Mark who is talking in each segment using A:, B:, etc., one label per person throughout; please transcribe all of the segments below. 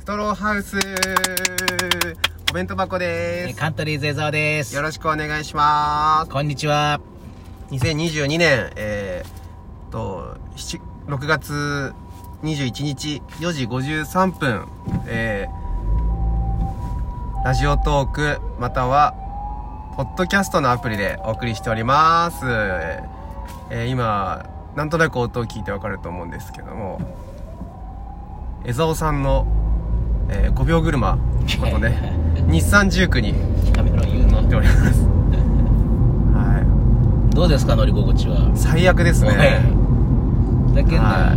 A: ストローハウスお弁当箱
B: え
A: で
B: ーカントリーズ江澤ですす
A: よろしくお願いします
B: こんにちは
A: 2022年、えー、と、7 6月21日4時53分、えー、ラジオトーク、または、ポッドキャストのアプリでお送りしております。えー今、なんとなく音を聞いてわかると思うんですけども、江澤さんの、えー5秒車のことね、日産19に
B: やめろ言うな
A: 乗っております。はい。
B: どうですか乗り心地は
A: 最悪ですね
B: おいだけどな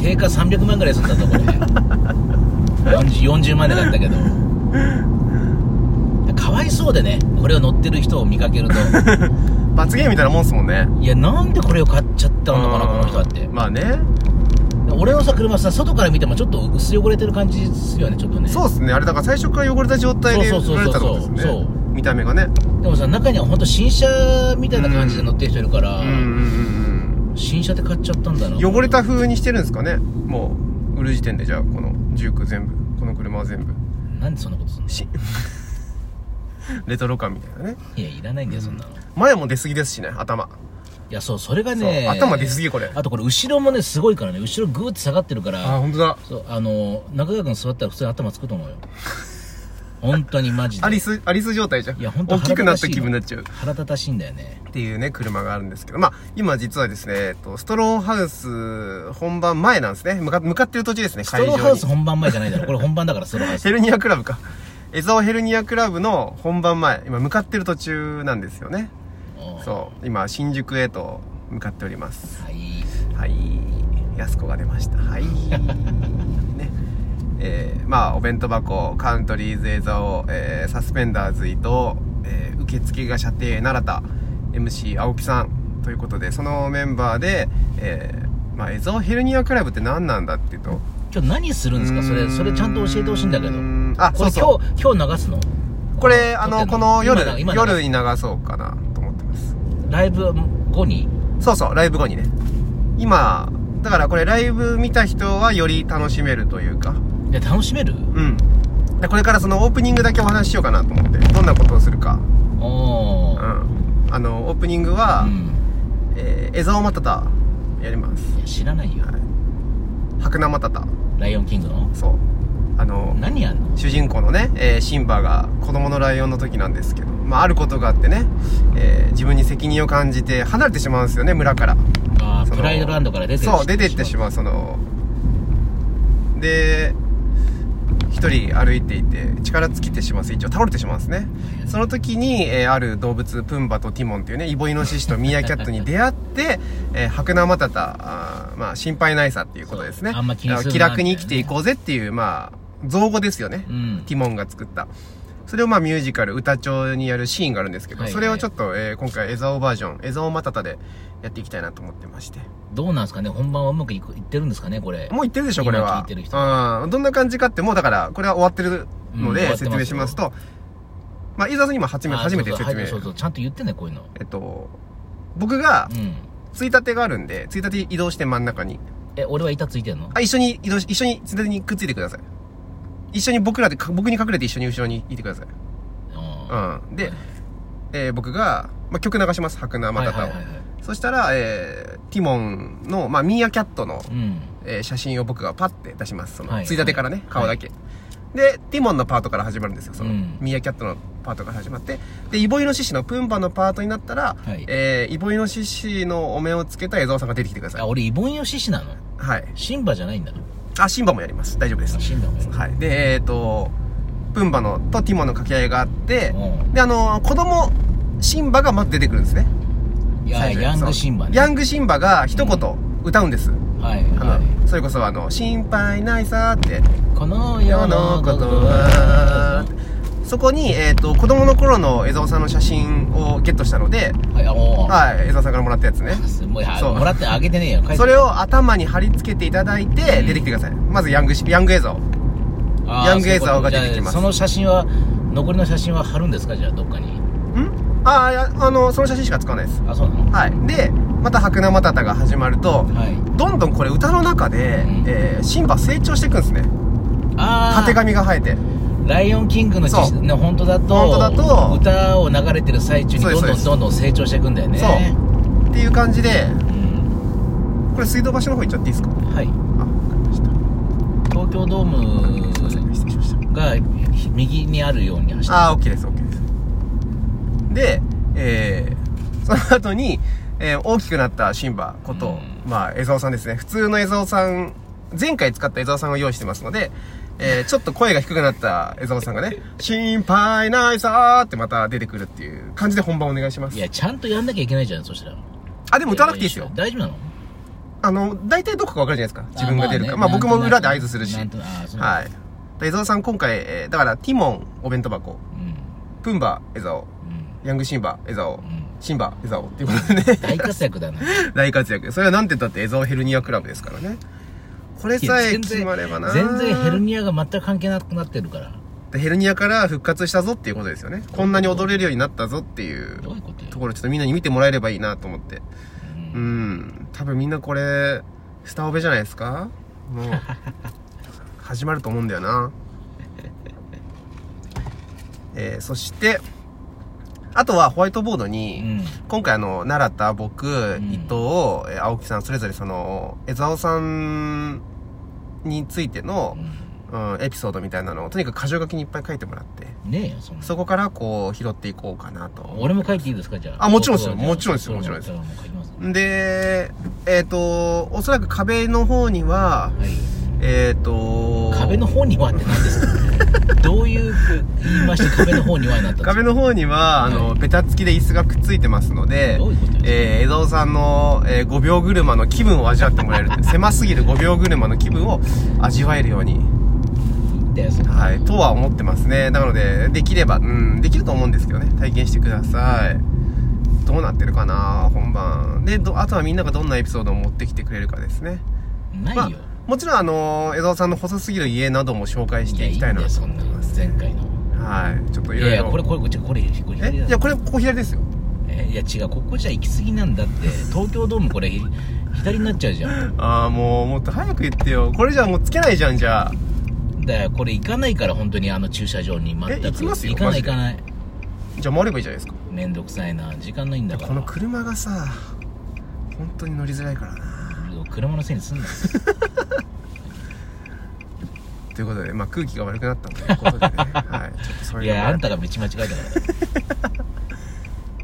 B: 定価300万ぐらいすんだぞこれ 40, 40万で買ったけどかわいそうでねこれを乗ってる人を見かけ ると
A: 罰ゲームみたいなもんっすもんね
B: いやなんでこれを買っちゃったのかな
A: うん
B: この人はって
A: まあね
B: 俺のさ車さ外から見てもちょっと薄汚れてる感じですよねちょっとね
A: そうっすねあれだから最初から汚れた状態で
B: そうそう
A: 売られ
B: そう
A: たの
B: そう
A: ですね
B: そう
A: 見た目がね
B: でもさ中には本当新車みたいな感じで乗ってる人いるから、
A: うんうん
B: 新車で買っちゃったんだな
A: うんうん汚れた風にしてるんですかねもう売る時点でじゃあこの19全部この車は全部
B: なんでそんなことすんの
A: し レトロ感みたいなね
B: いやいらないんだよそんなの、い
A: 前も出過ぎですしね頭
B: やそうそれが
A: そう
B: ね
A: 頭出過ぎこれ
B: あとこれ後ろもねすごいからね後ろグーって下がってるか
A: あ
B: ら
A: 本当だ
B: そうあの中川君座ったら普通に頭つくと思うよ本当にマジで
A: ア リスアリス状態じゃん
B: いや本当
A: 大きくなった気分に
B: に
A: なっちゃう
B: 腹立たしいんだよね
A: っていうね、車があるんですけど、まあ、今実はですね、えっと、ストローハウス本番前なんですね。向か向かってる途中ですね、
B: ス
A: 会
B: トロー
A: 場
B: ハウ
A: に
B: ス。本番前じゃないだろこれ本番だからストローハウス
A: ヘルニアクラブか。エゾヘルニアクラブの本番前、今向かってる途中なんですよね。
B: うん
A: そう、今、新宿へと向かっております。
B: はい
A: はい。安子が出ました。 はい。ね。えー、まあ、お弁当箱、カントリーズエザオ、えー、サスペンダーズ伊藤、えー、受付が射程奈良田、MC 青木さんということで、そのメンバーで、えー、まあ、エザオヘルニアクラブって何なんだっていうと、
B: 今日何するんですかそれそれちゃんと教えてほしいんだけど
A: うーんあ
B: こ
A: そ
B: れ
A: うそ
B: 今日今日流すの
A: これ、あの、
B: 撮って
A: こ
B: んの
A: の夜、
B: 今今流
A: 夜に流そうかなと思ってます。
B: ライブ後に
A: そうそう、ライブ後にね。今、だからこれライブ見た人はより楽しめるというか、
B: いや楽しめる
A: うん。でこれからそのオープニングだけお話ししようかなと思って、どんなことをするか。
B: お
A: う
B: ー
A: ん。あの、オープニングは、
B: うん
A: えー、江沢マタタやります。
B: いや知らないよ
A: 白名マタタ。
B: ライオンキングの
A: そう。あの、
B: 何やんの
A: 主人公のね、えーシンバが子供のライオンの時なんですけど、まあ、あることがあってね、えー自分に責任を感じて離れてしまうんですよね、村から。
B: あー
A: その
B: プライドランドから出て
A: そう出てってしまうそので一人歩いていて力尽きてしまうんです一応倒れてしまうんですねその時に、えーある動物プンバとティモンというねイボイノシシとミーアキャットに出会って、 えー、白ナマタタあーまあ心配ないさっていうことですね
B: そうあんま気にするな
A: 気楽に生きていこうぜっていうまあ造語ですよね、
B: うん
A: ティモンが作ったそれをまあミュージカル歌帳にやるシーンがあるんですけど、
B: はいはい
A: それをちょっと、えー今回エザオバージョンエザオマタタでやっていきたいなと思ってまして
B: どうなんですかね本番はうまくいくいってるんですかねこれ
A: もう言ってるでしょ、これは。
B: 今聞いてる人
A: うん。どんな感じかって、もうだから、これは終わってるの
B: うん終わ
A: で、
B: って
A: 説
B: ますよ
A: 明しますと、まあ、伊沢さんに今初め
B: あ
A: て、
B: ー
A: 初めて
B: そう
A: 説
B: そうはいそう
A: 明。
B: そうちゃんと言ってねこういうの
A: えっと、僕が
B: う、ん
A: ついたてがあるんで、ついたて移動して真ん中に。
B: え俺は板ついてんの
A: あ、一緒に移動し、一緒についたてにくっついてください。一緒に僕らで、か僕に隠れて一緒に後ろにいてください。うん。で、えー僕が、まあ、曲流します、白菜またたを。そしたら、えー、ティモンの、まあ、ミーアキャットの、
B: うん
A: えー写真を僕がパッて出します。そ
B: は
A: の、
B: い
A: ついたてからね、
B: はい
A: 顔だけ。で、ティモンのパートから始まるんですよ。その、
B: うん
A: ミーアキャットのパートから始まって。で、イボイノシシのプンバのパートになったら、
B: はい
A: えーイボイノシシのお面をつけたエゾウさんが出てきてください。
B: あ俺イボンヨシシなの
A: はい。
B: シンバじゃないんだ
A: あ、シンバもやります。大丈夫です
B: あ。シンバもやる
A: はい。で、えっ、と、プンバのとティモンの掛け合いがあって、
B: う
A: で、あの子供、シンバがまず出てくるんですね。
B: んいや
A: 最初に
B: ヤン
A: そ
B: グ
A: う
B: シンバね
A: ヤングシンバが一言歌うんです。
B: はい
A: あの、
B: はい
A: それこそあの、心配ないさーって、
B: この
A: 世
B: 世
A: のこ
B: のことと
A: は
B: は。
A: そこに、えっ、と、子供の頃の江沢さんの写真をゲットしたので、
B: はい、あ、もう。
A: はい、江沢さんからもらったやつね。
B: すもういや
A: そう
B: もらってあげてねえよ。
A: そ
B: を、
A: れを頭に貼り付けていただいて、
B: うん
A: 出てきてください。まずヤングし、ヤング江沢。
B: あー
A: ヤングエイザー
B: そういうこと
A: が出てきます
B: じゃあその写真は、残りの写真は貼るんですかじゃあ、どっかに。
A: んああ、いやあの、その写真しか使わないです。
B: あ、そうなの
A: はい。で、また白生タタが始まると、
B: はい。
A: どんどんこれ歌の中で、
B: うん
A: えー、シンバ成長していくんですね。
B: あ
A: たてがみが生えて
B: ライオンキングの実
A: そう
B: の本当だと
A: 本当だと
B: 歌を流れてる最中に
A: そうです
B: どんどん
A: そ
B: どんどん成長していくんだよね
A: そっていう感じで
B: うん
A: これ水道橋の方行っちゃっていいですか
B: はい
A: あわかりました
B: 東京ドー
A: すいません
B: ム
A: 失礼しました
B: が右にあるように走って
A: ああ、OK です、OK です。で、えー、その後に、えー大きくなったシンバこと、
B: う
A: まあ、江沢さんですね。普通の江沢さん、前回使った江沢さんを用意してますので、えー、ちょっと声が低くなった江沢さん がね、心配ないさーってまた出てくるっていう感じで本番お願いします
B: い。やちゃんとやんなきゃいけないじゃんそしたら
A: あ、でも歌わなくていいですよ。
B: 大丈夫なの
A: あの、大体どこかわかるじゃないですか。自分が出るか。
B: あ
A: まあ、
B: ね
A: 僕も裏で合図するし。
B: な
A: は
B: ん
A: い
B: となくあーそう。
A: だから江沢さん今回、えーだから、ティモン、お弁当箱、
B: うん
A: プンバ、江沢、ヤングシンバ、江沢、
B: うんうん
A: シンバ、エザオっていうことでね、
B: 大活躍だな
A: 大活躍。それはなんて言ったってエザオヘルニアクラブですからね。これさえ
B: 全
A: 決
B: 然
A: まればな
B: 全然ヘルニアが全く関係なくなってるから
A: ヘルニアから復活したぞっていうことですよね。こんなに踊れるようになったぞっていう
B: どういうことよ
A: ところちょっとみんなに見てもらえればいいなと思って。う
B: う
A: んん。多分みんなこれ、スタオベじゃないですかもう、始まると思うんだよな。えー、そして、あとはホワイトボードに、
B: うん
A: 今回あの、習った僕、
B: ん
A: 伊藤、えー青木さん、それぞれその、江沢さんについての、うん、エピソードみたいなのを、とにかく箇条書きにいっぱい書いてもらって、
B: うんねえよそんな
A: そこからこう、拾っていこうかなと。
B: 俺も書いていいですかじゃあ
A: あもちろんですよ
B: 僕は
A: もちろんですよ
B: そう
A: もちろんです
B: もう書きます
A: んで、えっ、と、おそらく壁の方には、えっ、と、
B: 壁の方にはって何ですか どういう言いまして壁の方にはになったんですか
A: 壁の方には、あの、ベタつきで椅子がくっついてますので
B: どういうことです、か
A: えー江戸さんの、えー5秒車の気分を味わってもらえる。狭すぎる5秒車の気分を味わえるように。
B: だよそれ
A: はい、とは思ってますね。なので、できれば、うん、できると思うんですけどね、体験してください。どうなってるかな、本番。で、どあとはみんながどんなエピソードを持ってきてくれるかですね。
B: ない
A: まあ
B: よ、
A: もちろん、あの、江沢さんの細すぎる家なども紹介していきたいな
B: やんだよ
A: と
B: そん
A: 思って
B: な
A: ます。
B: 前回の
A: はい、ちょっとい
B: い
A: ろ
B: やい
A: い
B: やこれ
A: ろ。
B: これこっちこれこれ
A: え、
B: 左だ
A: いや、これ、ここ左ですよ。
B: えいや違うここじゃ行き過ぎなんだって東京ドームこれひ左になっちゃうじゃん
A: ああ、もう、もっと早く言ってよ。これじゃもうつけないじゃん、じゃあ。
B: だからこれ行かないから本当にあの駐車場に全く
A: え行きますよ
B: 行かな
A: マ
B: い
A: ジ
B: 行
A: で
B: かない
A: じゃあ回ればいいじゃないですか。
B: めんどくさいな時間ないんだから
A: この車がさ、本当に乗りづらいからな。
B: 車のせいにすんな
A: ということで、まあ、空気が悪くなったと いうことでね、はい、ちょっとそう
B: い
A: いうのも
B: やあんた
A: が
B: が道間違えたからだ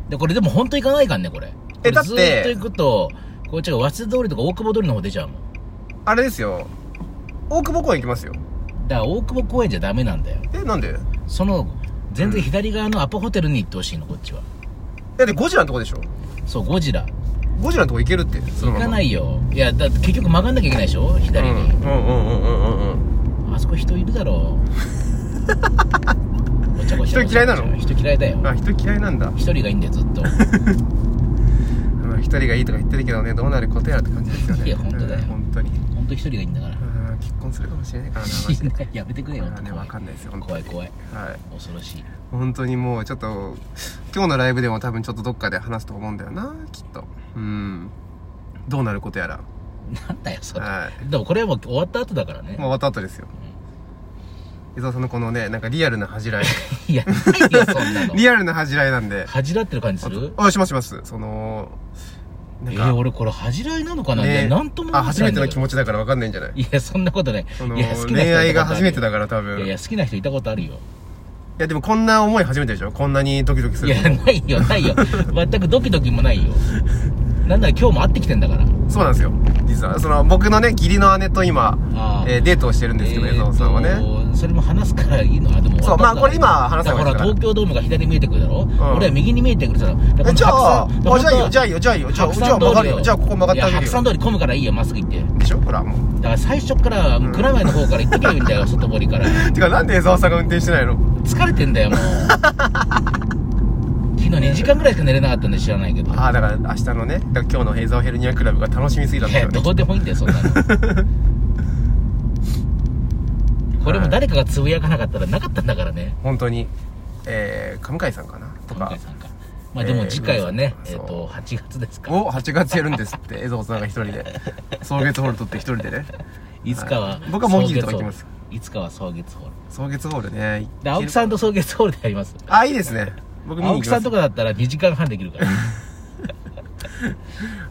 B: でこれでも本当行かないからねこれ
A: えだって
B: これずっと行くとこっちが早稲田通りとか大久保通りの方出ちゃうもん
A: あれですよ大久保公園行きますよ
B: だから大久保公園じゃダメなんだよ
A: えなんでだ
B: その全然左側のアパホテルに行ってほしいのこっちは
A: ってゴジラのとこでしょ
B: そうゴジラ
A: ゴジラのとこ行けるってそのま
B: 行
A: ま
B: かないいよいやだって結局曲がんなきゃいけないでしょ
A: うん
B: 左
A: うん
B: に、
A: うんうんうんうんうん
B: あそこ人いるだろごちゃごちゃ
A: 人嫌いなの
B: ごちゃごちゃ人嫌いだよ
A: あ人嫌いなんだ
B: 一人がいいんだよずっと
A: まあ一人がいいとか言ってるけどねどうなることやらって感じですよね
B: いや本当だ
A: う
B: よ
A: ん本当に
B: 本当一人がいいんだから
A: うん結婚するかもしれないからなマジで
B: やめてくれよ
A: まあねわかんないですよ本当
B: 怖
A: に
B: い怖い
A: はい
B: 恐ろしい
A: 本当にもうちょっと今日のライブでも多分ちょっとどっかで話すと思うんだよなきっとうんどうなることやら
B: なんだよそれ
A: は
B: でもこれはもう終わった後だからね
A: まあ、終わった後ですよ。伊沢さんのこのね、なんかリアルな恥じ らい。
B: いやないよそんなの
A: リアルな恥じらいなんで。
B: 恥じらってる感じする
A: あ、しますします。その、な
B: え
A: ん
B: ー、
A: か、
B: 俺これ恥じらいなのかな、いやなんとも
A: あ、初めて
B: の
A: の気持ちだからわかんないんじゃない
B: いやそんなことない
A: その
B: いや好きな人いたことある
A: 恋愛が初めてだから多
B: い
A: 分。
B: やい
A: い
B: や好きな人いたことあるよ
A: や、でもこんな思い初めてでしょこんなにドキドキす
B: い
A: る
B: や。ないよないよ全くドキドキもないよなんなら今日も会ってきてんだから
A: そうなんですよ。実は、その、僕のね、義理の姉と今、
B: あー
A: えーデートをしてるんですけど、江
B: えーと
A: 沢さんはね。
B: それも話すからいいのあでも
A: そうまあ
B: わかった
A: これ今話さない
B: だから
A: ですから
B: 東京ドームが左に見えてくるだろ、俺は右に見えてくるだろだから
A: え、じゃあ、あ
B: 白山
A: じゃあいいよ、じゃあいいよ、じゃあいいよ、じゃあ、
B: 白
A: じ
B: 山
A: ゃあ曲が
B: 通
A: る
B: り
A: よ。じゃあここ曲がってあげ
B: いや
A: る
B: 白
A: よ
B: 山。通り混むからいいよまっすぐ行ってだ
A: でしょほら、も
B: から最初からもう蔵前の方から行ってけみたいな外堀から
A: う。てか、なんで江沢さんが運転してないの
B: 疲れてん だよもう昨日2時間ぐらいしか寝れなかったんで知らないけど
A: ああだから明日のねだから今日のヘイザーヘルニアクラブが楽しみすぎたん
B: い
A: だ
B: や
A: よね
B: どうでもいいんだよそんなの これも誰かがつぶやかなかったらなかったんだからね
A: 本当にえー、上海さんかなと
B: 今
A: か
B: 回さんかまあでも次回はね
A: え
B: え
A: ー
B: っと8月ですか
A: を8月やるんですって江蔵さんが一人で草月ホール取って一人でね
B: いつかは
A: 僕はモンキーズとか行きますす
B: いつかは草月ホール
A: 草月ホールね
B: で青木さんと草月ホールでやります
A: あいいですね僕見に
B: 青
A: 行
B: 木
A: き
B: さ
A: ま
B: ん
A: す
B: とかだったら2時間半できるから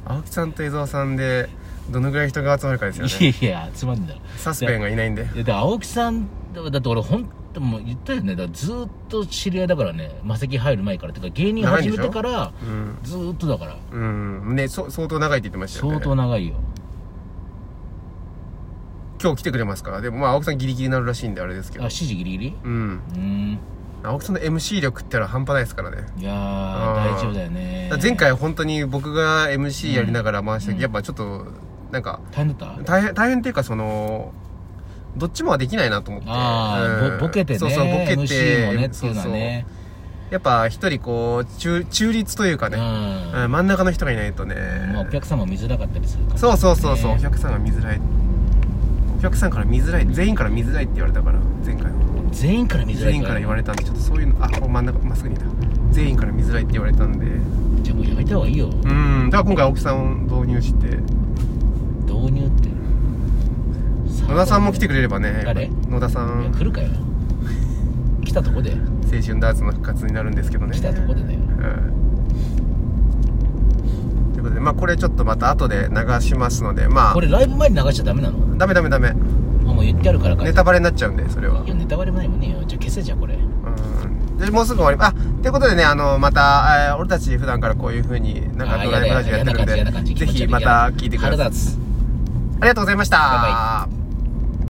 A: 青木さんと江澤さんでどのぐらい人が集まるかですよ
B: い
A: ね
B: やいやつまんねえだろ
A: サスペンがいないんで
B: いやで青木さんだって俺ほんともう言ったよねだからずーっと知り合いだからね魔石入る前からてか芸人始めてから
A: うん
B: ずーっとだから
A: うんねそ相当長いって言ってましたよね
B: 相当長いよ
A: 今日来てくれますからでもまあ青木さんギリギリになるらしいんであれですけ
B: あ
A: ど
B: 7時ギリギリ
A: うん
B: うーん
A: 青木さんの MC 力ってのは半端ないですからね
B: いやー
A: あー
B: 大丈夫だよね
A: だから前回本当に僕が MC やりながら回したけど、
B: うん
A: やっぱちょっとなんか
B: 大変だった
A: 大変大変っていうかそのどっちもはできないなと思って
B: ああ、
A: うん
B: ぼボケてね
A: そうそうボケて
B: MC もねっていうのはね
A: そうそうやっぱ一人こう中中立というかね、
B: う
A: うん真ん中の人がいないとね、
B: ん、まあ、お客様見づらかったりするから
A: そうそうそうそう、
B: ね
A: お客さんが見づらいお客さんから見づらい全員から見づらいって言われたから前回は
B: 全員から見づらい
A: 全員から言われたんでちょっとそういうのあ真ん中まっすぐにいた全員から見づらいって言われたんでう
B: じゃあもうやめた方がいいよ
A: んだから今回青木さんを導入して
B: 導入って
A: 野田さんも来てくれればね
B: 誰
A: 野田さ
B: いや来
A: ん
B: るかよ来たとこで
A: 青春ダーツの復活になるんですけどね
B: 来たとこでだよ
A: うんということでまあこれちょっとまた後で流しますのでまあ
B: これライブ前に流しちゃダメなの
A: ダメダメダメ
B: あもう言ってあるからか
A: ネタバレになっちゃうんでそれはい
B: やネタバレもないもんねよじゃあ消せじゃあこれ
A: うんでもうすぐ終わりあということでねあのまた、えー俺たち普段からこういうふうになんか
B: あー
A: ドライブラジオやって
B: やだやだやだ
A: る
B: 感じやだ
A: んでぜ
B: 感じ
A: ひまた聞いてください
B: 腹
A: あ
B: 立つ
A: りがとうございました
B: バイ
A: イ